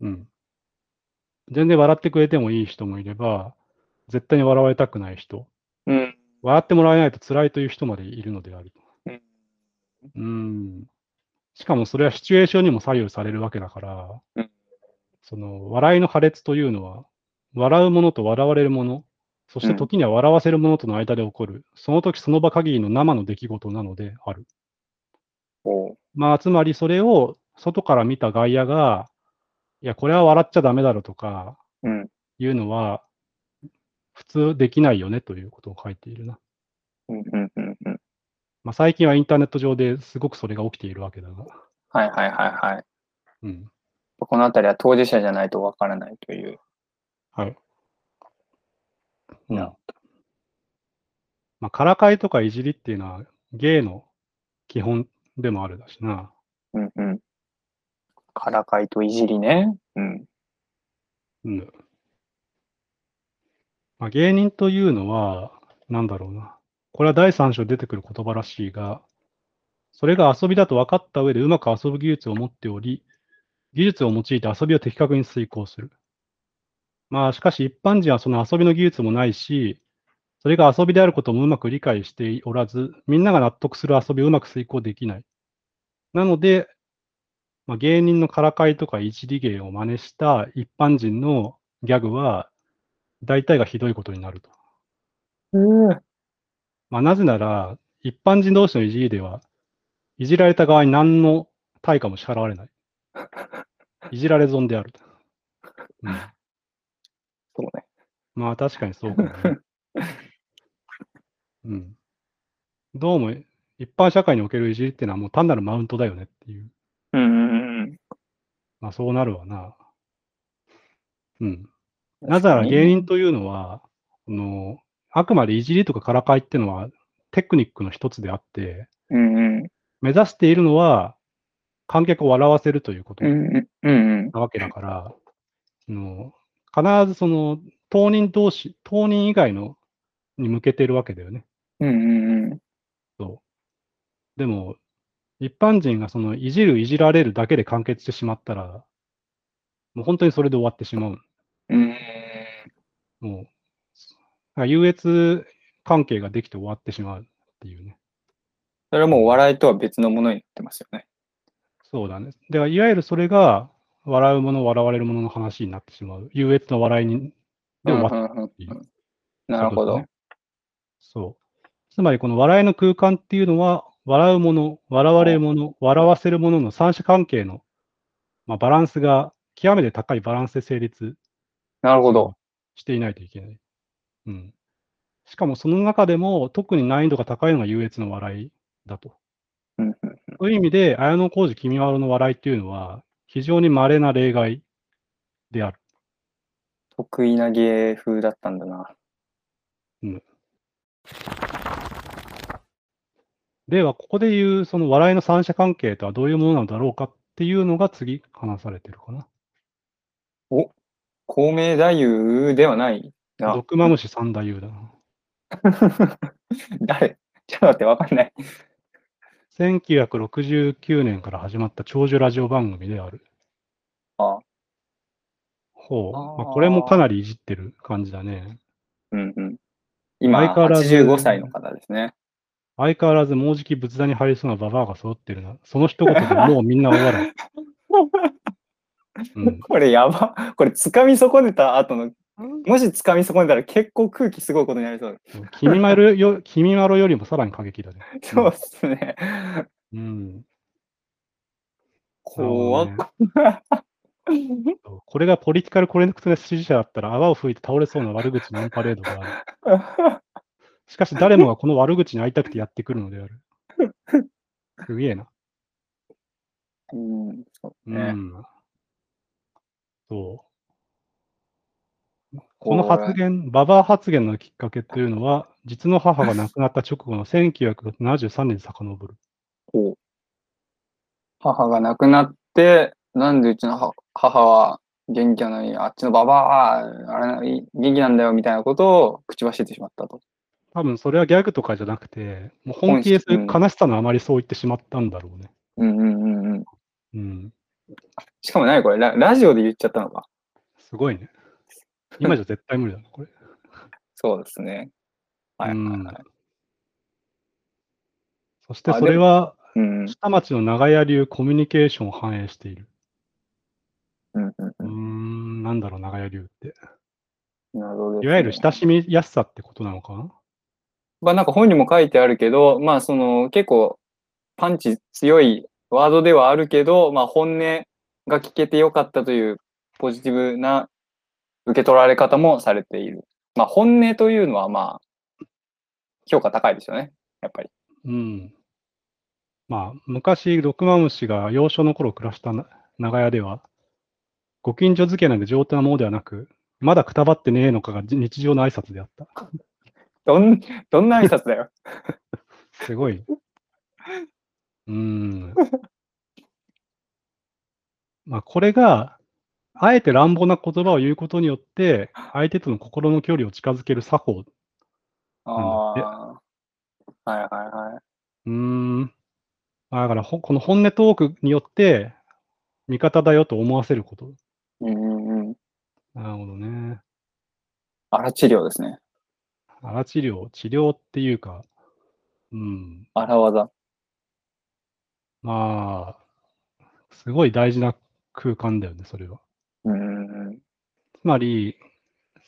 うん。全然笑ってくれてもいい人もいれば、絶対に笑われたくない人、
うん。
笑ってもらえないと辛いという人までいるのである。
うん
うん。しかもそれはシチュエーションにも左右されるわけだから
うん、
その笑いの破裂というのは、笑うものと笑われるもの、そして
うん
時には笑わせるものとの間で起こる、その時その場限りの生の出来事なのである。
おう
まあ、つまりそれを外から見た外野が、いや、これは笑っちゃダメだろとか
うん。
いうのは、普通できないよねということを書いているな。
うんうんうんうん。
まあ、最近はインターネット上ですごくそれが起きているわけだが。
はいはいはいはい。
うん。
このあたりは当事者じゃないとわからないという。
はい。
うん
なるほどまあ、からかいとかいじりっていうのは、芸の基本でもあるだしな。
うんうん。からかいといじりね。うん。
うん。まあ、芸人というのは、なんだろうな。これは第三章に出てくる言葉らしいが、それが遊びだと分かった上でうまく遊ぶ技術を持っており、技術を用いて遊びを的確に遂行する。まあ、しかし一般人はその遊びの技術もないし、それが遊びであることもうまく理解しておらず、みんなが納得する遊びをうまく遂行できない。なので、まあ、芸人のからかいとかいじり芸を真似した一般人のギャグは、大体がひどいことになると。
うん。
まあ、なぜなら、一般人同士のいじりでは、いじられた側に何の対価も支払われない。いじられ損であると。うん
そうね。
まあ確かにそうかもね。うん。どうも一般社会におけるいじりってのはもう単なるマウントだよねっていう。
うんうんうん。
まあそうなるわな。うん。なぜなら芸人というのは、あの、あくまでいじりとかからかいってのはテクニックの一つであって、
うんうん。
目指しているのは観客を笑わせるということ
うんうんうん
なわけだから、あの必ずその当人同士、当人以外のに向けてるわけだよね。
うん。うんうんうん。
そう。でも、一般人がそのいじる、いじられるだけで完結してしまったら、もう本当にそれで終わってしまう。
うん
もう、なんか優越関係ができて終わってしまうっていうね。
それはもう笑いとは別のものになってますよね。
そうだね。でいわゆるそれが、笑うもの、笑われるものの話になってしまう。優越の笑いに、で終わっ
うんうんうん
ている
なるほど。
そう。つまり、この笑いの空間っていうのは、笑うもの、笑われるもの、笑わせるものの三者関係の、まあ、バランスが、極めて高いバランスで成立
なるほど。
していないといけない。うん。しかも、その中でも、特に難易度が高いのが優越の笑いだと。
うんうん
そういう意味で、綾小路君まろの笑いっていうのは、非常に稀な例外である。
得意な芸風だったんだな。
では、ここでいう、その笑いの三者関係とはどういうものなんだろうかっていうのが次話されてるかな。
孔明太夫ではない な。
毒マムシ三太夫だな。
誰 ちょっと待って、わかんない。
1969年から始まった長寿ラジオ番組である。
あ
ほう。
あー
まあ、これもかなりいじってる感じだね。
うんうん。今、
相変わらず
85歳の方ですね。
相変わらずもうじき仏壇に入りそうなババアが揃ってるな。その一言でもうみんな大笑い。 うん、
これやば。これ、掴み損ねた後の、もし掴み損ねたら結構空気すごいことになりそう。
君まろよ、君まろよりもさらに過激だね。
そうっすね。
うん。
怖っ。
これがポリティカルコレクトネス支持者だったら泡を吹いて倒れそうな悪口のオンパレードがある。しかし誰もがこの悪口に会いたくてやってくるのである。すげえな。
うん、そう
う
ね。
ん。そう。この発言、ババア発言のきっかけというのは、実の母が亡くなった直後の1973年に遡る。
こう母が亡くなって、なんでうちの母母は元気なのに、あっちのババア、あれ、元気なんだよみたいなことを口走ってしまったと。
多分それはギャグとかじゃなくて、もう本気でそういう悲しさのあまりそう言ってしまったんだろうね。
うんうんうんうん。
うん。
しかも何これラ、ラジオで言っちゃったのか。
すご いね。今じゃ絶対無理だな、これ。
そうですね。はいはいはい。
そして
あ
それ
うん
は、
うん
下町の長屋流コミュニケーションを反映している。
うんうん
うーん、なんだろう、長屋流って。
なるほどです
い
ね
わゆる親しみやすさってことなのかな
まあなんか本にも書いてあるけど、まあその結構パンチ強いワードではあるけど、まあ本音が聞けてよかったというポジティブな受け取られ方もされている。まあ本音というのはまあ評価高いですよね。やっぱり。
うん。まあ、昔、毒マムシが幼少の頃暮らしたな長屋では、ご近所付けなんて上等なものではなく、まだくたばってねえのかが日常の挨拶であった。
どん、どんな挨拶だよ。
すごい。うん。まあ、これが、あえて乱暴な言葉を言うことによって、相手との心の距離を近づける作法。
あ
んだ
あ。はいはいはい。
うん。まあ、だからほ、この本音トークによって、味方だよと思わせること。
うんうんうん。
なるほどね。
あら治療ですね。
あら治療、治療っていうか、うん、
あら技。
まあ、すごい大事な空間だよね、それは。
うんうんうん。
つまり、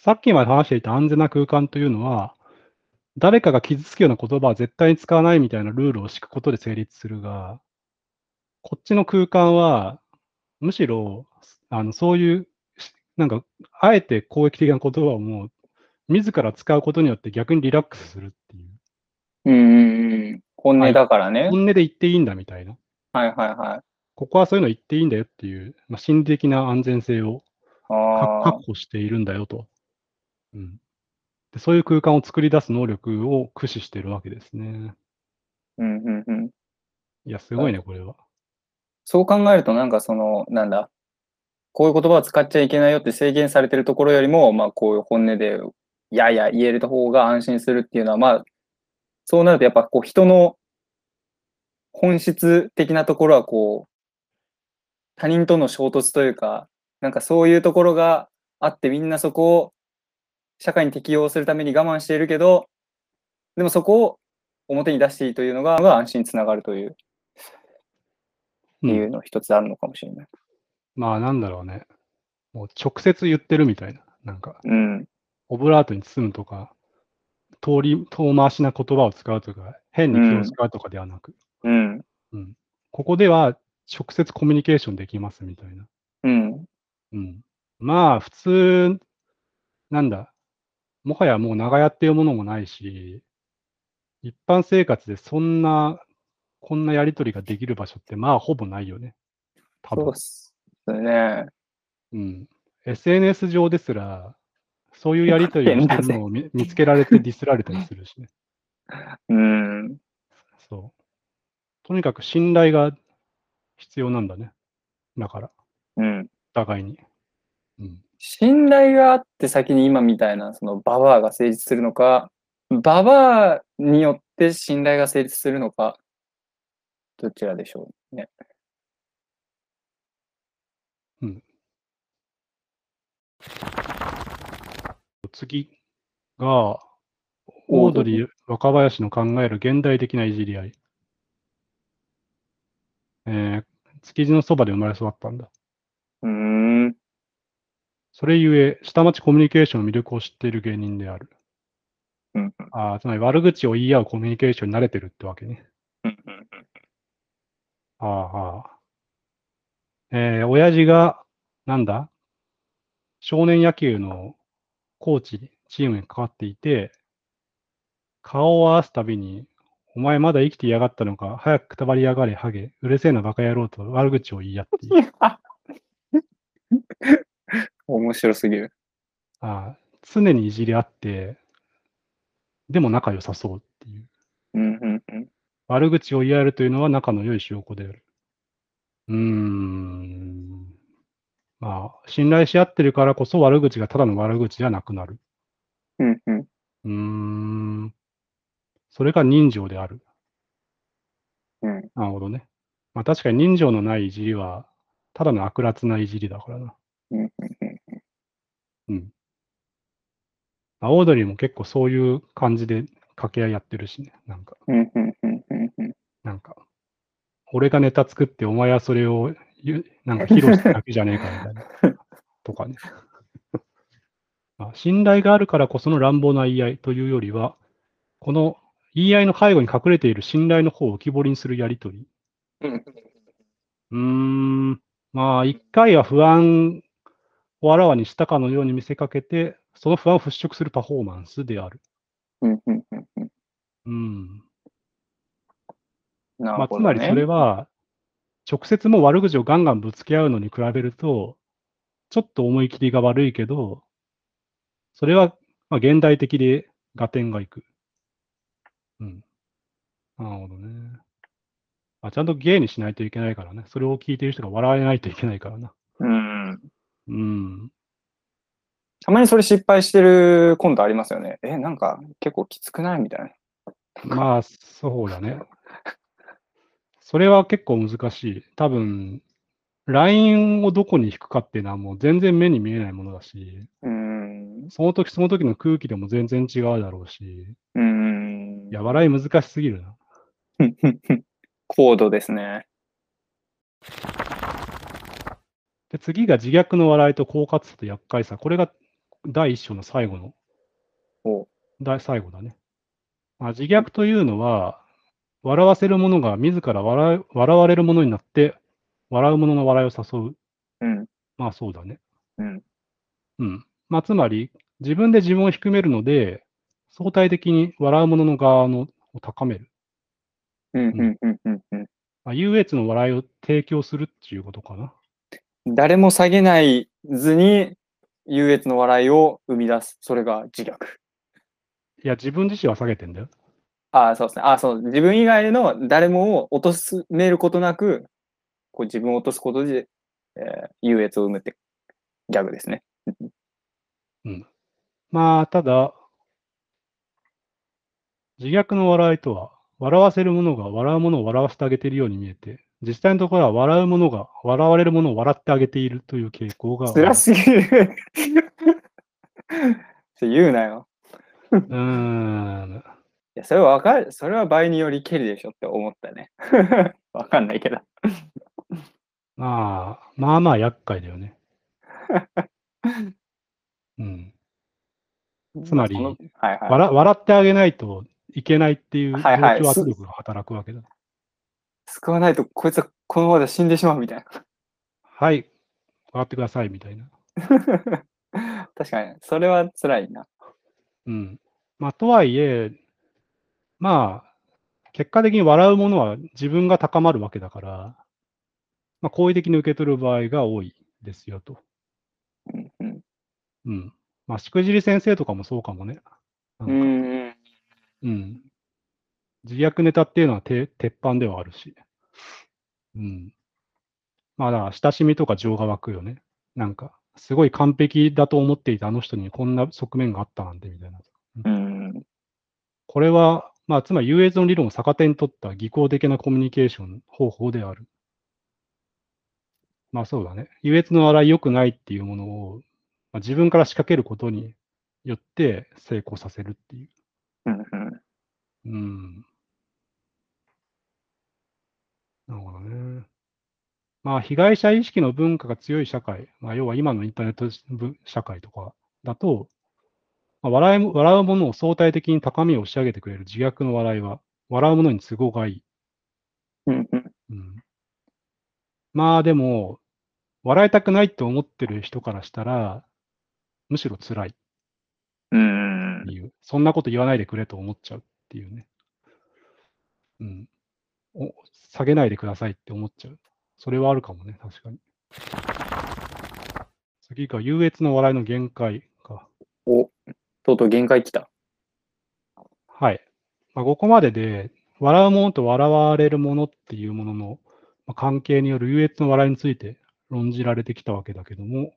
さっきまで話していた安全な空間というのは、誰かが傷つくような言葉は絶対に使わないみたいなルールを敷くことで成立するが、こっちの空間は、むしろ、あのそういう、しなんか、あえて攻撃的な言葉をもう、自ら使うことによって逆にリラックスするっていう。
うんうんうん。本音だからね。
本音で言っていいんだみたいな。
はいはいはい。
ここはそういうの言っていいんだよっていう、まあ、心理的な安全性を
あ
か
あ
確。保しているんだよと、うんで。そういう空間を作り出す能力を駆使しているわけですね。
うんうんうん。
いや、すごいね、これは。
そう考えると、なんかその、なんだ、こういう言葉を使っちゃいけないよって制限されてるところよりも、まあこういう本音で、いやいや言える方が安心するっていうのは、まあ、そうなるとやっぱこう人の本質的なところはこう、他人との衝突というか、なんかそういうところがあってみんなそこを社会に適応するために我慢しているけど、でもそこを表に出していいというのがが安心につながるという、
う
理由
ん、
の一つあるのかもしれない。
まあ、なんだろうね。もう直接言ってるみたいな。なんか、
うん。
オブラートに包むとか、通り、遠回しな言葉を使うとか、変に気を使うとかではなく、
うん。
うん、ここでは直接コミュニケーションできますみたいな。
うん。
うん。まあ、普通、なんだ、もはやもう長屋っていうものもないし、一般生活でそんな、こんなやりとりができる場所って、まあ、ほぼないよね。多
そう
分
っ。すね。
うん。SNS 上ですら、そういうやりとりをしてるのを見見つけられてディスられたりするし ね。
うん。
そう。とにかく信頼が必要なんだね。だから、
うん。
お互いに。うん。
信頼があって先に今みたいな、そのババアが成立するのか、ババアによって信頼が成立するのか、どちらでしょうね。
次が、オードリー・若林の考える現代的ないじり合い。えー築地のそばで生まれ育ったんだ。
うーん。
それゆえ、下町コミュニケーションの魅力を知っている芸人である。
うん
あーつまり悪口を言い合うコミュニケーションに慣れてるってわけね。
うんうん
あーあー。えー親父が、なんだ少年野球のコーチ、チームに関わっていて、顔を合わすたびに、お前まだ生きていやがったのか、早くくたばりやがれ、ハゲ、うるせえなバカ野郎と悪口を言い合っている。
面白すぎる。
ああ常にいじり合って、でも仲良さそうっていう。
うんうんうん。
悪口を言い合えるというのは仲の良い証拠である。うーん。まあ、信頼し合ってるからこそ悪口がただの悪口じゃなくなる。
うんうん。
うーん。それが人情である。
うん
なるほどね。まあ確かに人情のないいじりは、ただの悪辣ないじりだからな。
うんうんうん。
うん。まあ、オードリーも結構そういう感じで掛け合いやってるしね。なんか、
うんうんうんうんうん。
なんか、俺がネタ作ってお前はそれを言う、なんか披露しただけじゃねえかみたいな。とかね。あ信頼があるからこその乱暴な言い合いというよりは、この言い合いの背後に隠れている信頼の方を浮き彫りにするやりとり。
うん。
うーん、まあ、一回は不安をあらわにしたかのように見せかけて、その不安を払拭するパフォーマンスである。
うん。うん。うんうん。
うん。
な
ま
る
あ、つ
ほど
まり
ね。
それは、直接もう悪口をガンガンぶつけ合うのに比べると、ちょっと思い切りが悪いけど、それはまあ現代的で合点がいく。うん。なるほどね。あちゃんと芸にしないといけないからね。それを聞いてる人が笑えないといけないからな。
うん。
うん。
たまにそれ失敗してるコントありますよね。え、なんか結構きつくないみたいな。
まあ、そうだね。それは結構難しい。多分、ラインをどこに引くかっていうのはもう全然目に見えないものだし、
うん。
その時その時の空気でも全然違うだろうし、
うん。
いや、笑い難しすぎるな。
うんうんうん 高度ですね。
で、次が自虐の笑いと狡猾さと厄介さ。これが第一章の最後の
おう
だ最後だね。まあ、自虐というのは、笑わせる者が自ら笑う笑われる者になって、笑う者の笑いを誘う。
うん。
まあそうだね。
うん。
うん。まあつまり、自分で自分を低めるので、相対的に笑う者の側のを高める。
うん。うん。うんうん。うん。
まあ、優越の笑いを提供するっていうことかな。
誰も下げないずに優越の笑いを生み出す。それが自虐。
いや、自分自身は下げてんだよ。
ああ、そうですね。ああ、そう。自分以外の誰もを落とすめることなく、こう自分を落とすことで、えー優越を生むってギャグですね。
まあ、ただ、自虐の笑いとは、笑わせる者が笑う者を笑わせてあげているように見えて、実際のところは笑う者が笑われる者を笑ってあげているという傾向がある。
辛すぎる。って言うなよ。
うーん。
いや、それはわかる。それは場合によりけりでしょって思ったね。 わかんないけど。
まあ、まあまあ厄介だよ ね。うん。つまり
そのはいはい。
笑笑ってあげないといけないっていう同
はいはい
調
す
圧力が働くわけだ。
救わないと、こいつはこのままで死んでしまうみたい
はい、笑ってくださいみたいな。
な。 確かに、それは辛いな。
うん。まあ、とはいえ、まあ、結果的に笑うものは自分が高まるわけだから、まあ、好意的に受け取る場合が多いですよと。
うんうん
うん。まあ、しくじり先生とかもそうかもね。
うん
なか
んうん。
うん。自虐ネタっていうのはて鉄板ではあるし。うん。まあだから、親しみとか情が湧くよね。なんか、すごい完璧だと思っていたあの人にこんな側面があったなんてみたいな。
うん
これは、まあ、つまり優越の理論を逆手に取った技巧的なコミュニケーション方法である。まあそうだね。優越の洗い良くないっていうものを、まあ、自分から仕掛けることによって成功させるっていう。
うんうん
うん。なるほどね。まあ、被害者意識の文化が強い社会、まあ、要は今のインターネットぶ社会とかだと、まあ、笑いも笑うものを相対的に高みを押し上げてくれる自虐の笑いは、笑うものに都合がいい。
うんうん
うん、まあ、でも、笑いたくないって思ってる人からしたら、むしろ辛いっ
うん
ていう、そんなこと言わないでくれと思っちゃうっていうね。うん。お下げないでくださいって思っちゃう。それはあるかもね、確かに。次が優越の笑いの限界か。
おとうとう限界来た。
はい。まあ、ここまでで、笑うものと笑われるものっていうもののまあ関係による優越の笑いについて論じられてきたわけだけども、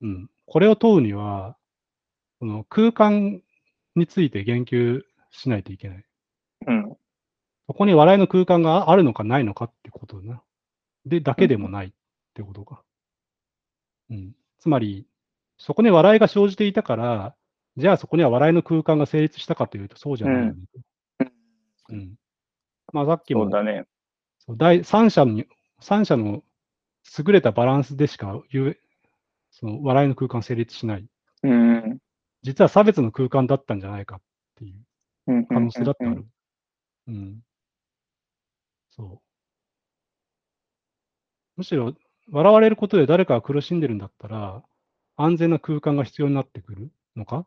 うん。これを問うには、この空間について言及しないといけない。
うん
そこに笑いの空間があるのかないのかってことだな。で、だけでもないってことか。うん。つまり、そこに笑いが生じていたから、じゃあそこには笑いの空間が成立したかというと、そうじゃないよね、うん。まあさっき
そ
も
う、だね。
そう第三者に、三者の優れたバランスでしか言う、その笑いの空間成立しないっ
うん。
実は差別の空間だったんじゃないかっていう
うん
可能性だってあ
うん
る。うん。そう。むしろ、笑われることで誰かが苦しんでるんだったら、安全な空間が必要になってくるのか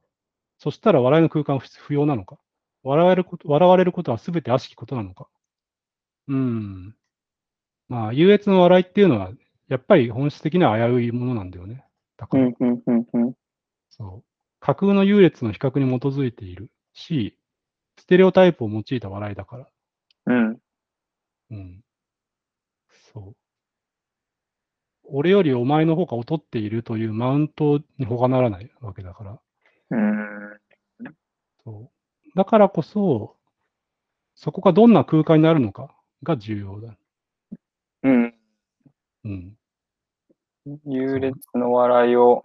そしたら笑いの空間は不要なのか笑われること笑われることは全て悪しきことなのかうん。まあ、優越の笑いっていうのは、やっぱり本質的には危ういものなんだよね。だか
う
ら、
んうんうんうん
そう。架空の優劣の比較に基づいているし、ステレオタイプを用いた笑いだから。
うん
うん。そう。俺よりお前の方が劣っているというマウントに他ならないわけだから。
うん
そう。だからこそ、そこがどんな空間になるのかが重要だ。
うん
うん。
優劣の笑いを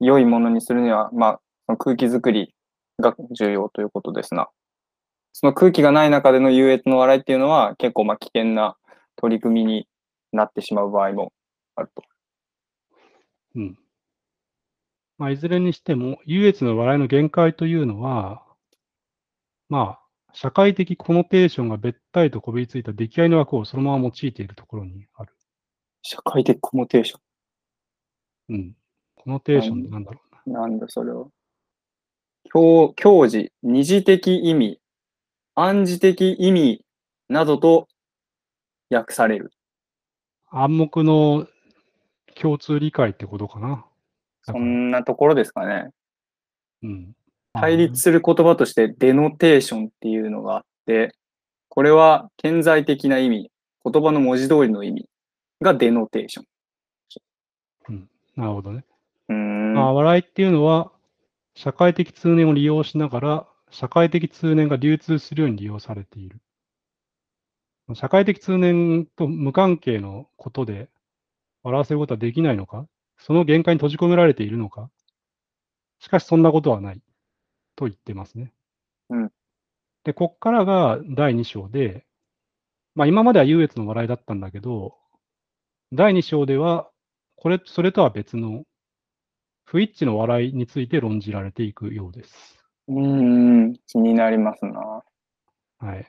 良いものにするには、まあ、その空気づくりが重要ということですな。その空気がない中での優越の笑いっていうのは結構まあ危険な取り組みになってしまう場合もあると。
うん。まあ、いずれにしても、優越の笑いの限界というのは、まあ、社会的コノテーションがべったりとこびりついた出来合いの枠をそのまま用いているところにある。
社会的コモテーショ
うん。コノテーションってなんだろうな。
ン。なんだそれは。教教示、二次的意味、暗示的意味などと訳される。
暗黙の共通理解ってことかな。
そ
だから
んなところですかね。
うん。
対立する言葉としてデノテーションっていうのがあって、これは顕在的な意味、言葉の文字通りの意味がデノテーション。
なるほどね。
うーん。
まあ、笑いっていうのは、社会的通念を利用しながら、社会的通念が流通するように利用されている。社会的通念と無関係のことで笑わせることはできないのかその限界に閉じ込められているのかしかしそんなことはないと言ってますね。
うん
で、こっからが第2章で、まあ今までは優越の笑いだったんだけど、第2章では、これ、それとは別の不一致の笑いについて論じられていくようです。
うーん。気になりますな。
はい。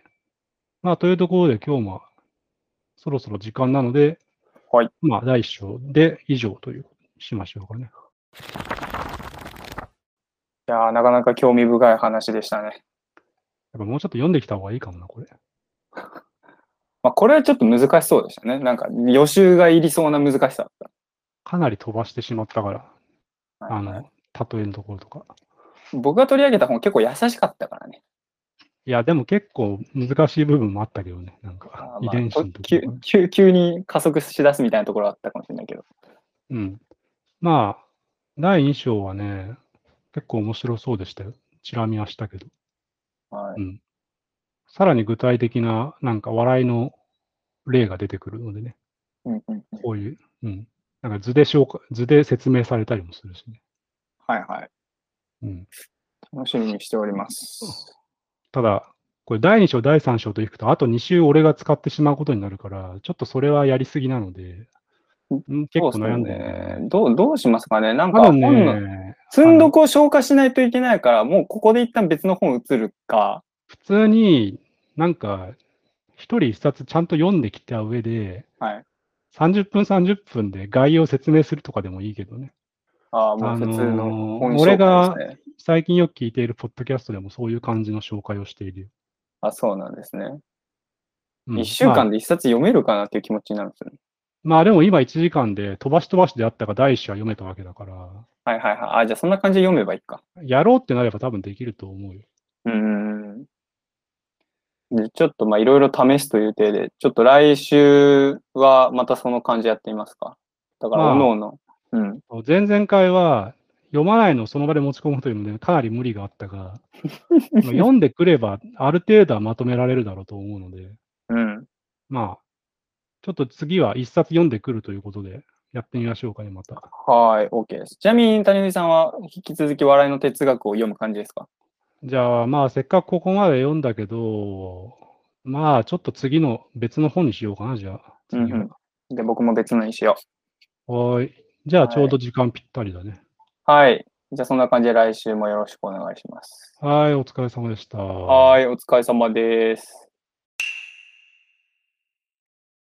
まあ、というところで今日もそろそろ時間なので、
はい。
まあ、第一章で以上というしましょうかね。
いやーなかなか興味深い話でしたね。
やっぱもうちょっと読んできた方がいいかもな、これ。
まあ、これはちょっと難しそうでしたね。なんか予習がいりそうな難しさだっ
かなり飛ばしてしまったから、
た。
あ
はい
の、例えのところとか。
僕が取り上げた本結構優しかったからね。
いや、でも結構難しい部分もあったけどね、なん
あ
か
ー、
遺
まあ
伝子のとこ
急
ろとかね。
急急に加速しだすみたいなところはあったかもしれないけど。
うん。まあ、第2章はね、結構面白そうでしたよ。チラ見はしたけど。
は
う
い。
ん。さらに具体的な、なんか笑いの例が出てくるのでね、
うんうんうん
こういう、うん。なんか図で紹介、図で説明されたりもするしね。
はいはい。
うん。
楽しみにしております。
ただ、これ第2章、第3章といくと、あと2週俺が使ってしまうことになるから、ちょっとそれはやりすぎなので、うん結構
そうっす
悩んでるんだよ
ね
ね。。
どう、どうしますかねなん
多
か
分
本の、
ね、
積んどくを消化しないといけないから、もうここで一旦別の本移るか。
普通になんか、一人一冊ちゃんと読んできた上で、
はい
30分30分で概要を説明するとかでもいいけどね。
ああ、もう普通
あ
の
のー
本紹介
俺が
ですね。
最近よく聞いているポッドキャストでもそういう感じの紹介をしているよ。
あ、そうなんですね。
う
一週
まあ
間。で一冊読めるかなっていう気持ちになるんですよね。
まあでも今1時間で飛ばし飛ばしであったが第一章は読めたわけだから、
はいはいはい。あ、じゃあそんな感じで読めばいいか。
やろうってなれば多分できると思うよ。
うーん。でちょっとまあいろいろ試すという体で、ちょっと来週はまたその感じやってみますか。だから、
まあ
おのおの。うん。
前々回は読まないのをその場で持ち込むというのでかなり無理があっ たが、まあ読んでくればある程度はまとめられるだろうと思うので、
うん。
まあ、ちょっと次は一冊読んでくるということで、やってみましょうかね、また。
はい、OK です。ちなみに谷口さんは引き続き笑いの哲学を読む感じですか
じゃあ、まあ、せっかくここまで読んだけど、まあ、ちょっと次の別の本にしようかな、じゃあ。
うんう
次は
ん。で、僕も別のにしよ
はーい。じゃあ、
はい
ちょうど時間ぴったりだね。
う。はい。じゃあそんな感じで来週もよろしくお願いします。
はい、お疲れ様でした。
はい、お疲れ様です。